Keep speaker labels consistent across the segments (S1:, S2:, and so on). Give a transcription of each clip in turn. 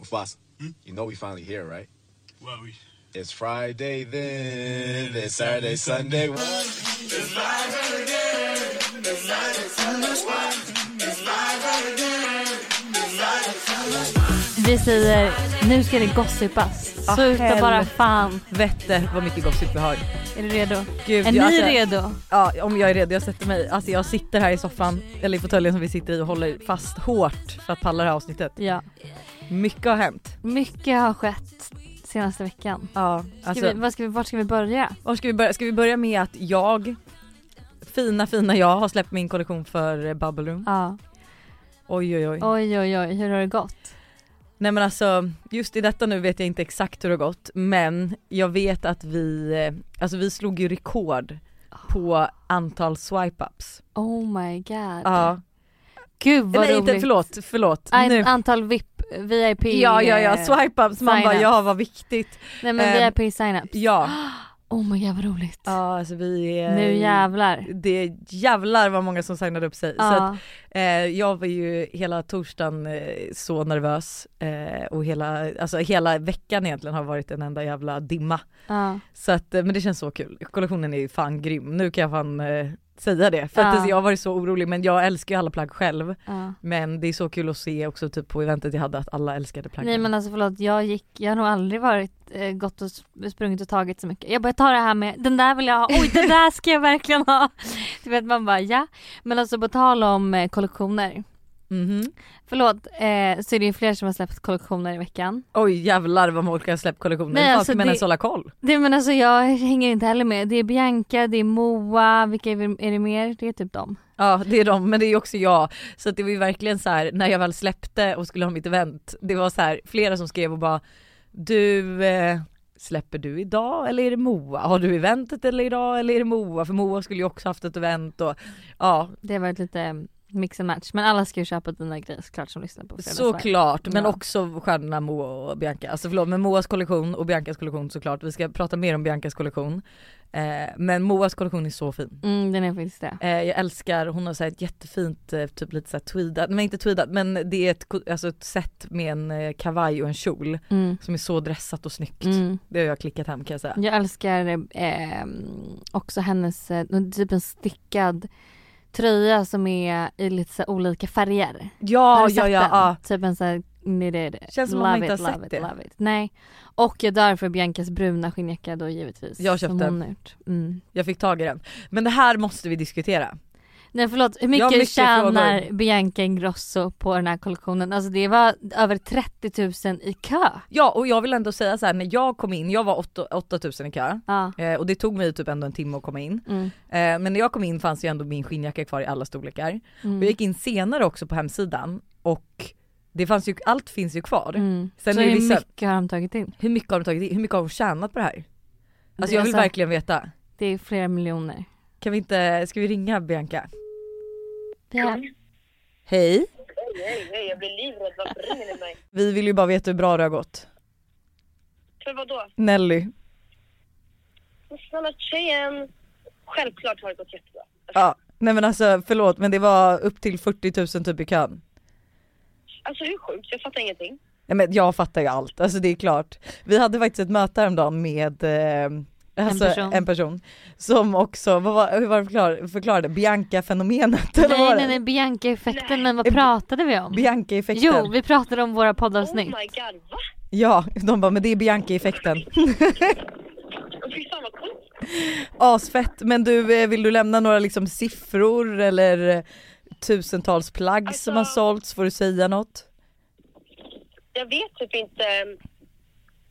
S1: Mufasa, you know we finally here, right?
S2: Well, we.
S1: It's Friday then, it's Saturday, Sunday.
S3: Vi säger nu ska det gossipas.
S4: Ah,
S3: Sluta bara
S4: helvete.
S3: fan.
S4: Vette vad mycket gossip vi har.
S3: Är du redo?
S4: Gud,
S3: Är
S4: jag- alltså,
S3: ni redo?
S4: Ja om jag är redo, jag sätter mig. Alltså jag sitter här i soffan, eller i fåtöljen som vi sitter i och håller fast hårt för att palla det här avsnittet.
S3: Ja.
S4: Mycket har hänt.
S3: Mycket har skett senaste veckan.
S4: Ja,
S3: Ska
S4: alltså,
S3: vi, vad ska vi, vart ska vi börja?
S4: var ska vi börja? Ska vi börja med att jag, fina fina jag, har släppt min kollektion för eh, Bubble Room.
S3: Ja.
S4: Oj oj oj.
S3: Oj oj oj, hur har det gått?
S4: Nej men alltså just i detta nu vet jag inte exakt hur det har gått men jag vet att vi, eh, alltså vi slog ju rekord på antal swipe-ups.
S3: Oh my god.
S4: Ja.
S3: Gud vad
S4: Nej
S3: roligt.
S4: inte förlåt, förlåt.
S3: Aj,
S4: Nu.
S3: Antal VIP, VIP.
S4: Ja ja ja,
S3: eh,
S4: swipe-ups, man bara
S3: sign-ups.
S4: ja vad viktigt.
S3: Nej men
S4: ehm,
S3: VIP sign-ups.
S4: Ja.
S3: Oh my god vad roligt.
S4: Ja alltså vi är...
S3: Nu jävlar.
S4: Det är jävlar vad många som signade upp sig. Så att,
S3: Ja.
S4: eh, jag var ju hela torsdagen eh, så nervös eh, och hela, alltså hela veckan egentligen har varit en enda jävla dimma.
S3: Ja.
S4: Så att, eh, men det känns så kul. Kollektionen är ju fan grym. Nu kan jag fan eh, säga det. För att
S3: Ja.
S4: alltså, jag har varit så orolig men jag älskar ju alla plagg själv.
S3: ja.
S4: Men det är så kul att se också typ på eventet jag hade att alla älskade plaggen.
S3: Nej men alltså förlåt, jag gick, jag har nog aldrig varit, eh, gått och sp- sprungit och tagit så mycket. Jag bara, jag tar det här med, den där vill jag ha, oj den där ska jag verkligen ha. Du vet man bara ja. Men alltså på tal om eh, kollektioner,
S4: Mhm.
S3: förlåt, eh, så är det ju fler som har släppt kollektioner i veckan.
S4: Oj jävlar vad folk har släppt kollektioner.
S3: Nej,
S4: Nej,
S3: alltså,
S4: alltså, men
S3: det-
S4: ens hålla koll.
S3: Det, men alltså jag hänger inte heller med. Det är Bianca, det är Moa, vilka är, vi- är det mer? Det är typ dem.
S4: Ja det är de men det är ju också jag. Så att det var ju verkligen så här när jag väl släppte och skulle ha mitt event. Det var så här flera som skrev och bara du eh, Släpper du idag eller är det Moa? Har du eventet eller idag eller är det Moa? För Moa skulle ju också haft ett event och ja
S3: Det har varit lite eh, mix and match. Men alla ska ju köpa dina grejer såklart som lyssnar på Fredagsvibe.
S4: Såklart, men
S3: Ja.
S4: också stjärnorna Moa och Bianca. Alltså förlåt, men Moas kollektion och Biancas kollektion såklart. Vi ska prata mer om Biancas kollektion. Eh, men Moas kollektion är så fin.
S3: Mm, den är faktiskt det.
S4: Eh, jag älskar, hon har så här ett jättefint, eh, typ lite såhär tweedat, men inte tweedat men det är ett, ko- alltså ett set med en eh, kavaj och en kjol
S3: Mm.
S4: som är så dressat och snyggt.
S3: Mm.
S4: Det har jag klickat hem kan jag säga.
S3: Jag älskar eh, också hennes, eh, typ en stickad tröja som är i lite så här olika färger. Har
S4: Ja,
S3: du
S4: ja,
S3: sett
S4: ja,
S3: den?
S4: ja.
S3: Typ en sån knitted.
S4: Känns som att
S3: love
S4: man inte
S3: it,
S4: har
S3: love
S4: sett
S3: it,
S4: det.
S3: Love it. Nej. Och jag dör för Biancas bruna skinnjacka då givetvis.
S4: Jag köpte
S3: som hon har gjort. Mm.
S4: Jag fick tag i den. Men det här måste vi diskutera.
S3: Nej förlåt, hur
S4: Jag
S3: mycket,
S4: har mycket
S3: tjänar
S4: frågor.
S3: Bianca Ingrosso på den här kollektionen? Alltså det var över 30 000 i kö.
S4: Ja och jag vill ändå säga så här: när jag kom in, jag var 8 8000 i kö.
S3: Ja.
S4: Eh, och det tog mig typ ändå en timme att komma in.
S3: Mm.
S4: Eh, men när jag kom in fanns ju ändå min skinnjacka kvar i alla storlekar. Och jag
S3: Mm.
S4: gick in senare också på hemsidan och det fanns ju, allt finns ju kvar.
S3: Mm.
S4: Sen
S3: Så
S4: är det
S3: hur
S4: vissa-
S3: mycket har de tagit in?
S4: Hur mycket har de tagit in? Hur mycket har de tjänat på det här? Alltså
S3: Det-
S4: jag vill
S3: alltså-
S4: verkligen veta.
S3: Det är flera miljoner.
S4: Kan vi inte, ska vi ringa Bianca?
S3: Ja.
S4: Hej!
S5: Hej, hej, jag blir livrädd. Varför ringer ni mig?
S4: Vi vill ju bara veta hur bra det har gått.
S5: För vadå?
S4: Nelly.
S5: Men snälla tjejen. Självklart har det gått jättebra. Alltså,
S4: Ja. Nej men alltså förlåt men det var upp till 40 000 typ i kön.
S5: alltså hur sjukt? Jag fattar ingenting.
S4: Nej men jag fattar ju allt, alltså det är klart. Vi hade faktiskt ett möte häromdagen med eh, Alltså, en, person.
S3: person.
S4: en person som också, vad var, hur var det förklar, förklarade? Bianca-fenomenet? eller vad var
S3: Nej,
S4: det?
S3: nej, nej, Bianca-effekten,
S5: Nej.
S3: men vad
S4: Eh,
S3: pratade vi om?
S4: Bianca-effekten.
S3: Jo, vi pratade om våra poddavsnitt.
S5: Oh my god, va?
S4: Ja, de bara men det är Bianca-effekten.
S5: Fy fan vad coolt.
S4: Asfett, men du eh, vill du lämna några liksom siffror eller eh, tusentals plagg som har
S5: Alltså-
S4: sålts? Får du säga något?
S5: Jag vet typ inte um,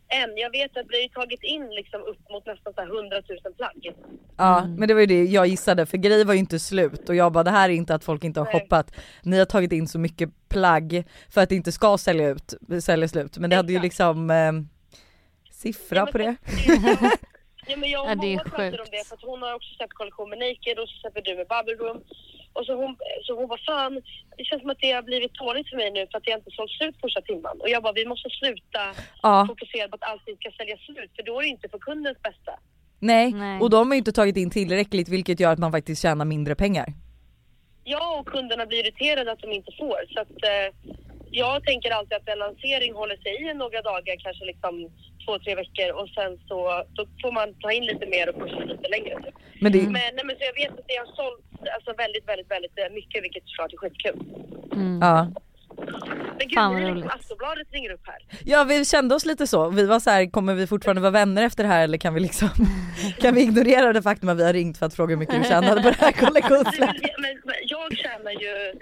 S5: än. Jag vet att vi har ju tagit in liksom upp mot nästan så här 100 000 plagg.
S4: Ja
S5: Mm.
S4: men det var ju det jag gissade för grejer var ju inte slut och jag bara det här är inte att folk inte har
S5: Nej.
S4: shoppat. Ni har tagit in så mycket plagg för att det inte ska sälja ut, sälja slut men det hade ju
S5: Exakt.
S4: liksom eh, siffra
S5: Ja, men
S4: på det.
S5: Ja, men jag och
S3: Ja, det är
S5: Moa pratade om
S3: sjukt.
S5: det för att hon har också släppt kollektion med Naked och så släpper du med Bubble Room. Och så hon, så hon bara fan, det känns som att det har blivit dåligt för mig nu för att jag inte sålt slut första timman. Och jag bara vi måste sluta
S4: Ja,
S5: fokusera på att allting ska säljas slut för då är det inte för kundens bästa.
S4: nej.
S3: Nej.
S4: och de har ju inte tagit in tillräckligt vilket gör att man faktiskt tjänar mindre pengar.
S5: Jag och kunderna blir irriterade att de inte får så att eh, jag tänker alltid att en lansering håller sig i några dagar, kanske liksom två, tre veckor och sen så då får man ta in lite mer och pusha lite längre. Typ.
S4: Men det,
S5: Men, nej, men så jag vet att det har sålt alltså, väldigt, väldigt, väldigt eh, mycket vilket såklart är skitkul.
S3: Mm.
S4: ja.
S5: Men gud,
S3: Fan, vad
S5: ni är
S3: roligt.
S5: liksom Aftonbladet ringer upp här.
S4: ja vi kände oss lite så, vi var så här, kommer vi fortfarande vara vänner efter det här eller kan vi liksom, kan vi ignorera det faktum att vi har ringt för att fråga hur mycket du tjänade på det här
S5: Men,
S4: kollektionsläppet?
S5: Alltså, men, men jag känner ju...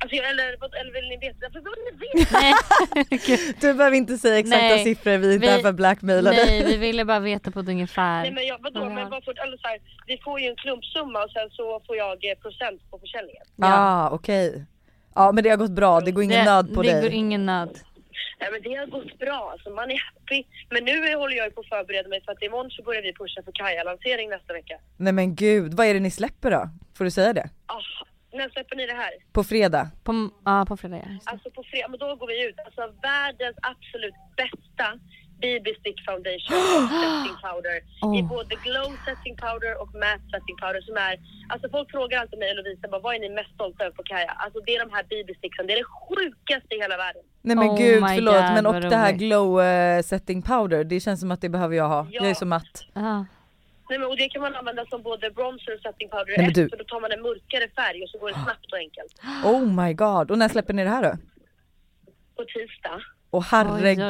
S5: Alltså, jag, eller, vad- eller vill ni veta? För vad vill ni veta?
S3: Nej,
S4: Du behöver inte säga exakta
S3: Nej,
S4: siffror, vi är inte
S3: vi-
S4: här för att blackmaila dig.
S3: nej, vi ville bara veta på ett ungefär.
S5: Nej, men jag, vadå, men vad får, eller, så här, vi får ju en klumpsumma och sen så får jag eh, procent på försäljningen.
S4: Ah, okej. Ja men det har gått bra, det går ingen
S3: det,
S4: nöd på
S3: det
S4: dig.
S3: går ingen nöd.
S5: Nej, men det har gått bra, alltså, man är happy. Men nu eh, håller jag ju på att förbereda mig för att imorgon så börjar vi pusha för Kaja-lansering nästa vecka.
S4: Nej men gud, vad är det ni släpper då? Får du säga det?
S5: Ah, när släpper ni det här?
S4: På fredag?
S3: På, ja, på fredag. ja, just det.
S5: Alltså på fredag, men då går vi ut. Alltså världens absolut bästa BB Stick Foundation setting powder. I
S3: Åh.
S5: både glow setting powder och matte setting powder som är... Alltså folk frågar alltid mig och Lovisa bara, vad är ni mest stolta över på Kaja? Alltså det är de här BB sticksen. Det är det sjukaste i hela världen.
S4: Nej men
S3: Oh
S4: gud
S3: my
S4: förlåt
S3: God,
S4: men och
S3: vad
S4: det här
S3: roligt.
S4: glow eh, setting powder, det känns som att det behöver jag ha.
S5: Ja.
S4: Jag är så matt.
S3: Ja.
S5: Nej, men, och det kan man använda som både bronzer och setting powder
S4: Nej, men du-
S5: efter. Då tar man en mörkare färg och så går det snabbt och enkelt.
S4: Oh my god, och när släpper ni det här då?
S5: På tisdag.
S4: Åh
S3: Oj,
S4: herregud!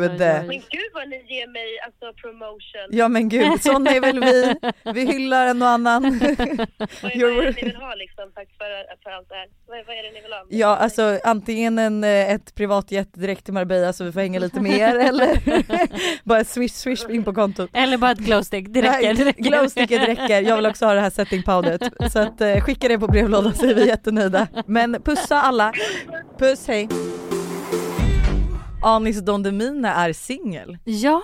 S3: oj, oj, oj, oj.
S5: Men gud vad ni ger mig alltså promotion.
S4: Ja men gud, sån är väl vi. Vi hyllar en och annan.
S5: Vad är,
S4: You're-
S5: vad är det ni vill ha liksom? Tack för, för allt det här. Vad, vad är det ni vill ha?
S4: Ja alltså antingen en, eh, ett privatjet direkt till Marbella så vi får hänga lite med er eller bara ett swish swish in på kontot.
S3: Eller bara ett glowstick, det räcker.
S4: Nej,
S3: Det räcker.
S4: Glowsticket räcker, jag vill också ha det här setting powderet. Så att, eh, skicka det på brevlådan så är vi jättenöjda. Men pussa alla, puss hej! Anis Don Demina är singel.
S3: Ja,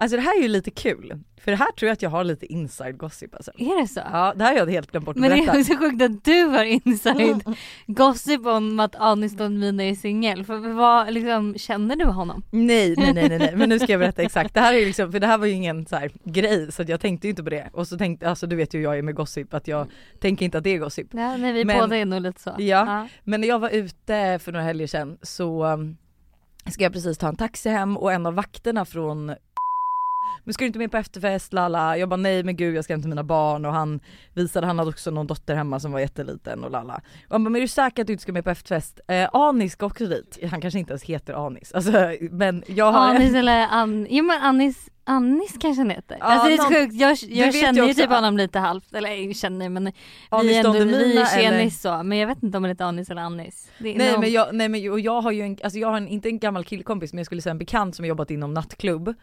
S4: Alltså det här är ju lite kul, för det här tror jag att jag har lite inside gossip alltså.
S3: är det så?
S4: Ja det här har jag helt glömt bort att
S3: Men det är
S4: berätta.
S3: också sjukt att du har inside gossip om att Anis Don Mina är singel. För vad, liksom, känner du honom?
S4: Nej, nej nej nej nej men nu ska jag berätta exakt. Det här är ju liksom, för det här var ju ingen så här grej så att jag tänkte ju inte på det. Och så tänkte, alltså du vet ju hur jag är med gossip att jag tänker inte att det är gossip.
S3: Ja, nej, vi
S4: Men-
S3: båda är nog lite så.
S4: Ja. Men när jag var ute för några helger sedan så um, ska jag precis ta en taxi hem och en av vakterna från men ska du inte med på efterfest lala? Jag bara nej men gud jag ska hem till mina barn och han visade, han hade också någon dotter hemma som var jätteliten och lala. Och han bara, men är du säker att du inte ska med på efterfest? Eh, Anis ska också dit. Han kanske inte ens heter Anis. Alltså, men jag har
S3: Anis eller An... Jo men Anis, Anis kanske han heter.
S4: Ja,
S3: alltså det är
S4: någon-
S3: sjukt, jag,
S4: vet
S3: jag
S4: ju
S3: känner ju
S4: också
S3: typ
S4: att-
S3: honom lite halvt. Eller jag känner men vi
S4: Anis
S3: är ändå,
S4: Don
S3: vi är
S4: Demina,
S3: tjenis så. Men jag vet inte om han heter Anis eller Annis. Det är
S4: Nej
S3: någon-
S4: men jag, nej men och jag har ju en, alltså jag har en, inte en gammal killkompis men jag skulle säga en bekant som jobbat inom nattklubb.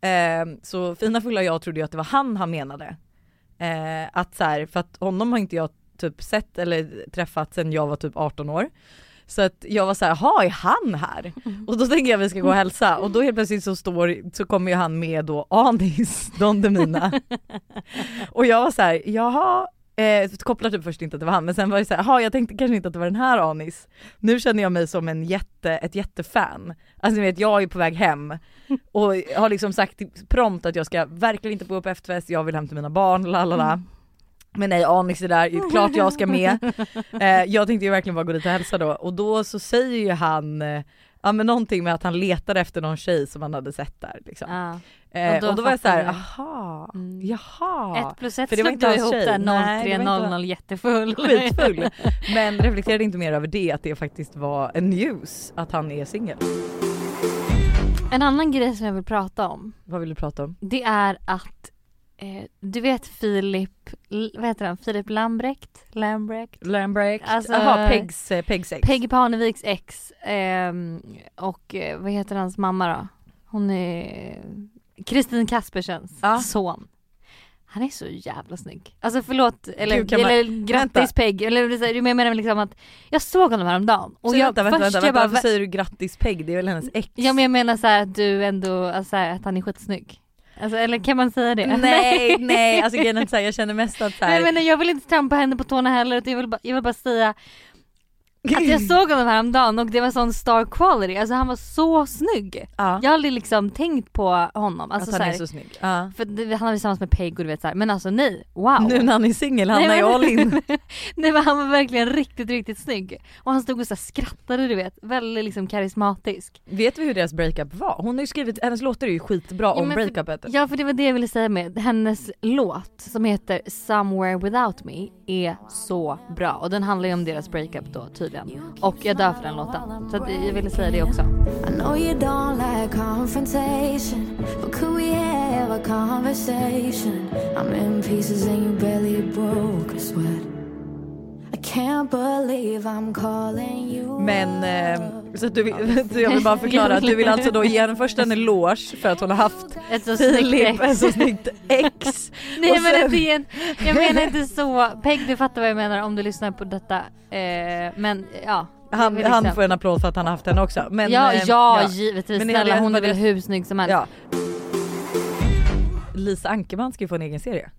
S4: Eh, så fina fulla jag trodde ju att det var han han menade. Eh, att så här, för att honom har inte jag typ sett eller träffat sedan jag var typ 18 år. Så att jag var så här, jaha är han här? Och då tänker jag vi ska gå och hälsa och då helt plötsligt så står, så kommer ju han med då Anis Don Demina. och jag var så här, jaha, eh, kopplar typ först inte att det var han men sen var det så här, jaha jag tänkte kanske inte att det var den här Anis nu känner jag mig som en jätte, ett jättefan. Alltså ni vet jag är på väg hem och har liksom sagt prompt att jag ska verkligen inte bo på efterfest, jag vill hem till mina barn, la la la. Men nej Anis är där, klart jag ska med. Eh, jag tänkte ju verkligen bara gå dit och hälsa då och då så säger ju han eh, Ja men någonting med att han letade efter någon tjej som han hade sett där liksom.
S3: Ja.
S4: Eh,
S3: och
S4: och,
S3: då
S4: då var jag
S3: fattar
S4: såhär,
S3: du.
S4: aha,
S3: Mm.
S4: jaha.
S3: Ett plus ett
S4: för det var
S3: slog
S4: inte
S3: du ihop
S4: hans tjej.
S3: där
S4: Nej, det var inte
S3: 03.00 jättefull.
S4: skitfull. Men reflekterade inte mer över det att det faktiskt var en news att han är singel.
S3: En annan grej som jag vill prata om.
S4: Vad vill du prata om?
S3: Det är att eh, du vet Filip, L- vad heter han, Filip Lambrecht? Lambrecht?
S4: Lambrecht.
S3: Alltså-
S4: Jaha, Pegs, eh, Pegs ex.
S3: Peggy Parneviks ex ehm, och eh, vad heter hans mamma då? Hon är Kristin Kaspersens
S4: Ja.
S3: son. Han är så jävla snygg. Alltså förlåt, eller,
S4: Gud, kan man-
S3: eller grattis
S4: Vänta.
S3: Peg. Eller, så här, men jag menar liksom att jag såg honom häromdagen och
S4: Så
S3: jag,
S4: vänta, vänta,
S3: först
S4: vänta,
S3: jag
S4: vänta.
S3: bara,
S4: Varför säger du grattis Peg? Det är väl hennes ex?
S3: ja men jag menar så här att du ändå, alltså, så här, att han är skitsnygg. Alltså, eller kan man säga det?
S4: Nej, nej, alltså grejen är inte så här, jag känner mest att så här,
S3: Nej men jag vill inte trampa henne på tårna heller utan jag vill bara, jag vill bara säga Att jag såg honom häromdagen och det var sån star quality, alltså han var så snygg.
S4: ja.
S3: Jag har aldrig liksom tänkt på honom. Alltså, så
S4: att han är
S3: här,
S4: så snygg. Ja.
S3: För det- han var tillsammans med Peg och du vet såhär, men alltså nej, wow.
S4: Nu när han är singel, han
S3: Nej,
S4: är ju
S3: men-
S4: all in.
S3: nej men han var verkligen riktigt, riktigt snygg. Och han stod och så här skrattade du vet, väldigt liksom karismatisk.
S4: Vet vi hur deras breakup var? Hon har ju skrivit, hennes låtar är ju skitbra
S3: Jo,
S4: om
S3: men för-
S4: breakupet.
S3: Ja för det var det jag ville säga med hennes låt som heter Somewhere Without Me är så bra och den handlar ju om deras breakup då tydligen. Och jag dör för den låten. Så att jag ville säga det också.
S2: I know you don't like confrontation, but could we have a conversation? I'm in pieces and you barely broke a sweat. I can't believe I'm calling you.
S4: Men eh, så att du, vill- jag vill bara förklara att du vill alltså då ge henne först en eloge för att hon har haft
S3: Ett så snyggt
S4: Filip, ett
S3: ex.
S4: så snyggt ex.
S3: Nej
S4: Och sen-
S3: men att det är en, jag menar inte så. Peg du fattar vad jag menar om du lyssnar på detta. Eh, men ja. det är
S4: Han,
S3: väl liksom-
S4: han får en applåd för att han har haft henne också. Men,
S3: ja,
S4: eh,
S3: ja, givetvis.
S4: Men jag
S3: Snälla
S4: vet
S3: hon är
S4: vad
S3: väl
S4: det-
S3: hur snygg som helst.
S4: ja. Lisa Ankerman ska ju få en egen serie.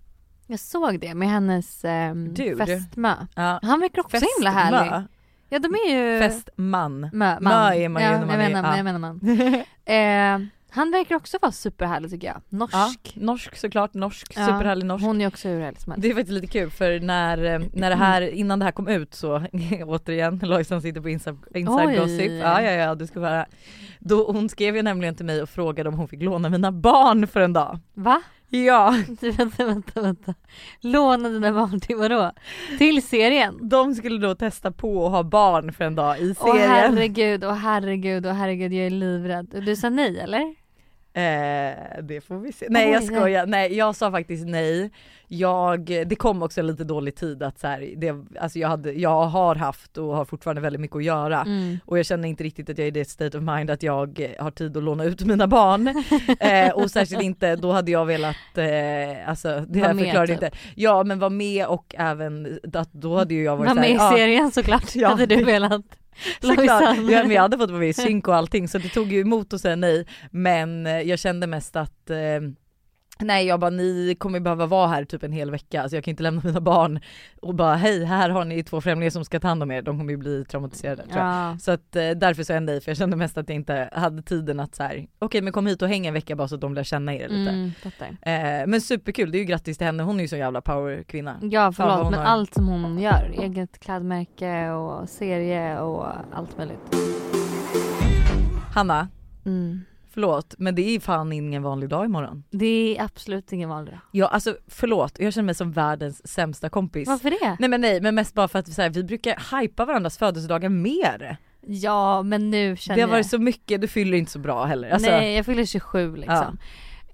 S3: Jag såg det med hennes ehm,
S4: Dude.
S3: fästmö.
S4: Ja.
S3: Han verkar också himla
S4: Festmö.
S3: härlig. Ja de är ju...
S4: Festman.
S3: Mö, man.
S4: Mö är man ju
S3: ja,
S4: när man
S3: jag
S4: är-
S3: menar,
S4: ja.
S3: jag menar man. eh, han verkar också vara superhärlig tycker jag.
S4: Ja,
S3: Norsk.
S4: norsk såklart, norsk,
S3: Ja,
S4: superhärlig norsk.
S3: Hon är också hur härlig som helst.
S4: Det är faktiskt lite kul för när, eh, när det här, innan det här kom ut så återigen, Lojsan sitter på Insta,
S3: Oj.
S4: Inside Gossip. Ja, ja, ja, du ska vara. Då, hon skrev ju nämligen till mig och frågade om hon fick låna mina barn för en dag.
S3: Va?
S4: Ja,
S3: vänta, vänta, vänta. Låna dina barn till vadå? Till serien?
S4: de skulle då testa på att ha barn för en dag i
S3: Åh
S4: serien.
S3: herregud, åh herregud, åh herregud jag är livrädd. Du sa nej eller?
S4: eh, det får vi se. Nej jag
S3: Oj,
S4: skojar, nej jag sa faktiskt nej. Jag, det kom också lite dålig tid att så här, det, alltså jag, hade, jag har haft och har fortfarande väldigt mycket att göra.
S3: Mm.
S4: Och jag känner inte riktigt att jag är i det state of mind att jag eh, har tid att låna ut mina barn. eh, och särskilt inte, då hade jag velat, eh, alltså det
S3: Vara
S4: jag
S3: med,
S4: förklarar
S3: typ.
S4: inte. Ja men vara med och även, att då hade ju jag varit
S3: Var med i
S4: såhär, ja,
S3: serien såklart,
S4: Ja.
S3: hade du velat.
S4: såklart.
S3: Lojsan.
S4: Ja, men jag hade fått vara med i synk och allting så det tog ju emot att säga nej. Men eh, jag kände mest att eh, Nej jag bara ni kommer behöva vara här typ en hel vecka, alltså jag kan inte lämna mina barn och bara hej här har ni två främlingar som ska ta hand om er, de kommer ju bli traumatiserade tror jag.
S3: Ja.
S4: Så att eh, därför sa jag nej för jag kände mest att jag inte hade tiden att så här. okej men kom hit och häng en vecka bara så att de lär känna er lite.
S3: Mm, fattar.
S4: Eh, men superkul, det är ju grattis till henne, hon är ju så jävla powerkvinna.
S3: ja
S4: Ja,
S3: förlåt
S4: hon
S3: men
S4: har-
S3: allt som hon gör, eget klädmärke och serie och allt möjligt.
S4: Hanna,
S3: Mm.
S4: förlåt men det är fan ingen vanlig dag imorgon.
S3: Det är absolut ingen vanlig dag.
S4: Ja alltså förlåt, jag känner mig som världens sämsta kompis.
S3: Varför det?
S4: Nej men nej men mest bara för att så här, vi brukar hypa varandras födelsedagar mer.
S3: Ja men nu känner
S4: Det har
S3: jag.
S4: varit så mycket, du fyller inte så bra heller. Alltså,
S3: Nej jag fyller 27 liksom.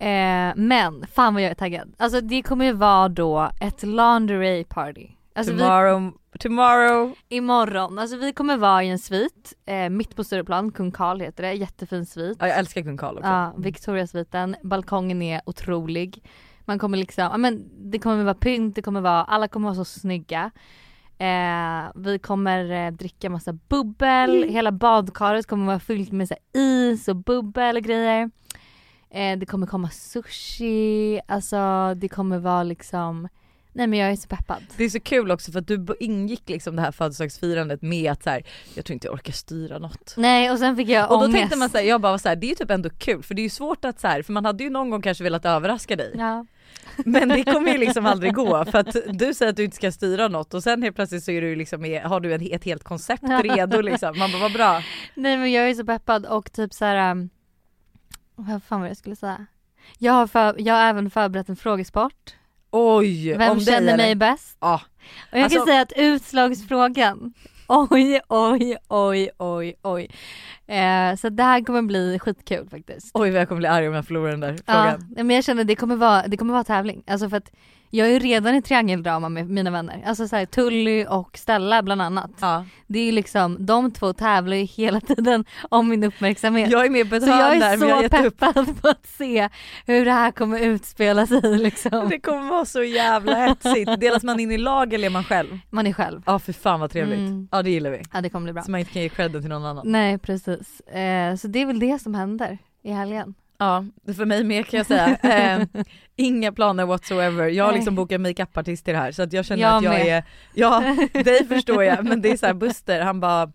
S3: Eh, men fan vad jag är taggad. Alltså det kommer ju vara då ett lingerie party. Alltså vi,
S4: tomorrow, tomorrow.
S3: imorgon, alltså vi kommer vara i en svit eh, mitt på Stureplan, Kung Karl heter det, jättefin svit.
S4: Ja, jag älskar kung Karl också.
S3: Ja, Victoriasviten, balkongen är otrolig. Man kommer liksom, ja men det kommer vara pynt, det kommer vara, alla kommer vara så snygga. Eh, vi kommer eh, dricka massa bubbel,
S4: Mm.
S3: hela badkaret kommer vara fyllt med så här, is och bubbel och grejer. Eh, det kommer komma sushi, alltså det kommer vara liksom, nej men jag är så peppad.
S4: Det är så kul också för att du ingick liksom det här födelsedagsfirandet med att så här, jag tror inte jag orkar styra något.
S3: Nej och sen fick jag
S4: Och då
S3: ångest.
S4: tänkte man såhär, jag bara var så här, det är ju typ ändå kul för det är ju svårt att så här, för man hade ju någon gång kanske velat överraska dig.
S3: ja.
S4: Men det kommer ju liksom aldrig gå för att du säger att du inte ska styra något och sen helt plötsligt så är du liksom, i- har du en- ett helt koncept redo liksom. Man bara vad bra.
S3: Nej men jag är så peppad och typ så här. um, Vad fan var det jag skulle säga? Jag har, för, jag har även förberett en frågesport.
S4: Oj!
S3: Vem
S4: om dig,
S3: känner
S4: eller?
S3: mig bäst?
S4: Ja.
S3: Och jag
S4: Alltså-
S3: kan säga att utslagsfrågan, oj oj oj oj oj. Eh, så det här kommer bli skitkul faktiskt.
S4: Oj vad jag kommer bli arg om jag förlorar den där
S3: Ja,
S4: frågan.
S3: nej, men jag känner det kommer vara, det kommer vara tävling. Alltså för att jag är ju redan i triangeldrama med mina vänner. Alltså så här, Tully och Stella bland annat.
S4: Ja.
S3: Det är ju liksom, de två tävlar ju hela tiden om min uppmärksamhet.
S4: Jag är med på ett
S3: Så Alltså, jag
S4: hörn
S3: är
S4: där men jag har
S3: så
S4: gett upp.
S3: peppad på att se hur det här kommer utspela sig liksom.
S4: Det kommer vara så jävla hetsigt. Delas man in i lag eller är man själv?
S3: Man är själv.
S4: Ja för fan vad trevligt.
S3: Mm.
S4: Ja det gillar vi.
S3: Ja det kommer bli bra.
S4: Så man inte kan ge credden till någon annan.
S3: Nej precis. Eh, så det är väl det som händer i helgen.
S4: Ja, för mig med kan jag säga.
S3: Ehm.
S4: Eh, inga planer whatsoever. Jag har liksom
S3: Nej.
S4: bokat makeupartist till det här så att jag känner
S3: Jag
S4: att jag
S3: med.
S4: är, ja dig förstår jag men det är så här Buster han bara,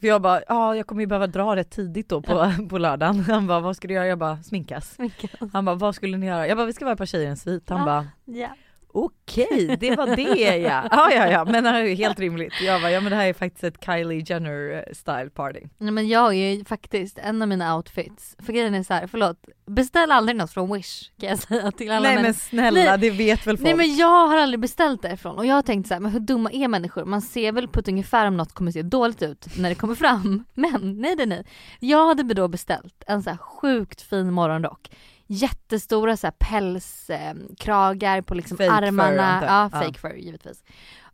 S4: för jag bara ja jag kommer ju behöva dra rätt tidigt då på, på lördagen. Han bara vad ska du göra? Jag bara sminkas.
S3: Mycket.
S4: Han bara vad skulle ni göra? Jag bara vi ska vara ett par tjejer i en svit. Han
S3: Ah.
S4: bara
S3: Ja.
S4: okej det var det ja. Ja ja ja men det här är ju helt rimligt. Jag bara ja men det här är faktiskt ett Kylie Jenner eh, style party.
S3: Nej, men jag är ju faktiskt en av mina outfits, för grejen är så här, förlåt, beställ aldrig något från Wish kan jag säga till alla
S4: Nej
S3: människor.
S4: men snälla
S3: Nej.
S4: det vet väl folk.
S3: Nej men jag har aldrig beställt därifrån och jag har tänkt så här, men hur dumma är människor? Man ser väl på ett ungefär om något kommer se dåligt ut när det kommer fram. Men nej nej nej. Jag hade då beställt en så här sjukt fin morgonrock. Jättestora så här pälskragar på liksom
S4: Fake fur,
S3: armarna.
S4: antar jag.
S3: ja
S4: Ja.
S3: fake fur givetvis.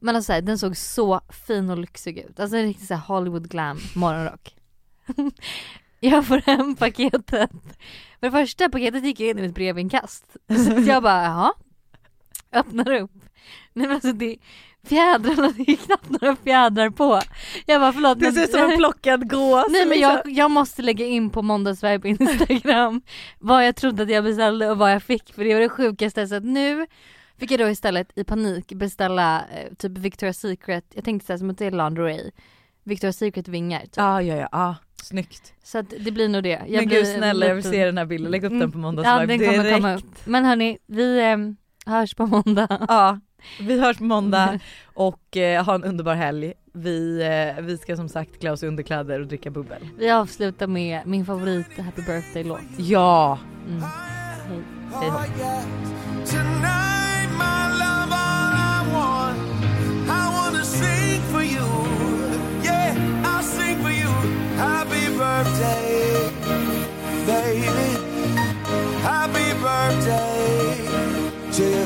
S3: Men alltså så här, den såg så fin och lyxig ut. Alltså en riktig så här Hollywood glam morgonrock. jag får hem paketet. Men det första paketet gick in i mitt brevinkast. Så att jag bara jaha. Öppnar upp. Nej men alltså det fjädrarna, det är ju knappt några fjädrar på. Jag bara förlåt.
S4: Det
S3: men-
S4: ser ut som en plockad gås.
S3: Nej men
S4: liksom.
S3: jag, jag måste lägga in på måndagsvibe på Instagram vad jag trodde att jag beställde och vad jag fick för det var det sjukaste. Så att nu fick jag då istället i panik beställa eh, typ Victoria's Secret, jag tänkte såhär som att det är lingerie, Victoria's Secret vingar typ.
S4: Ja ja ja, ah, snyggt.
S3: Så att det blir nog det. Jag
S4: men
S3: blir
S4: gud snälla jag vill
S3: lite- Mm.
S4: se den här bilden, lägg upp den på måndagsvibe
S3: Ja den kommer
S4: direkt.
S3: komma upp. Men hörni, vi ehm, hörs på måndag.
S4: Ja, vi hörs på
S3: Mm.
S4: måndag och eh, ha en underbar helg. Vi, eh, vi ska som sagt klä oss i underkläder och dricka bubbel.
S3: Vi avslutar med min favorit Happy Birthday-låt.
S4: Ja!
S3: Mm. Hej.
S4: Hej då.
S6: Tonight, my love, all I want, I want to sing for you. Yeah, I'll sing for you. Happy birthday, baby. Happy birthday to you.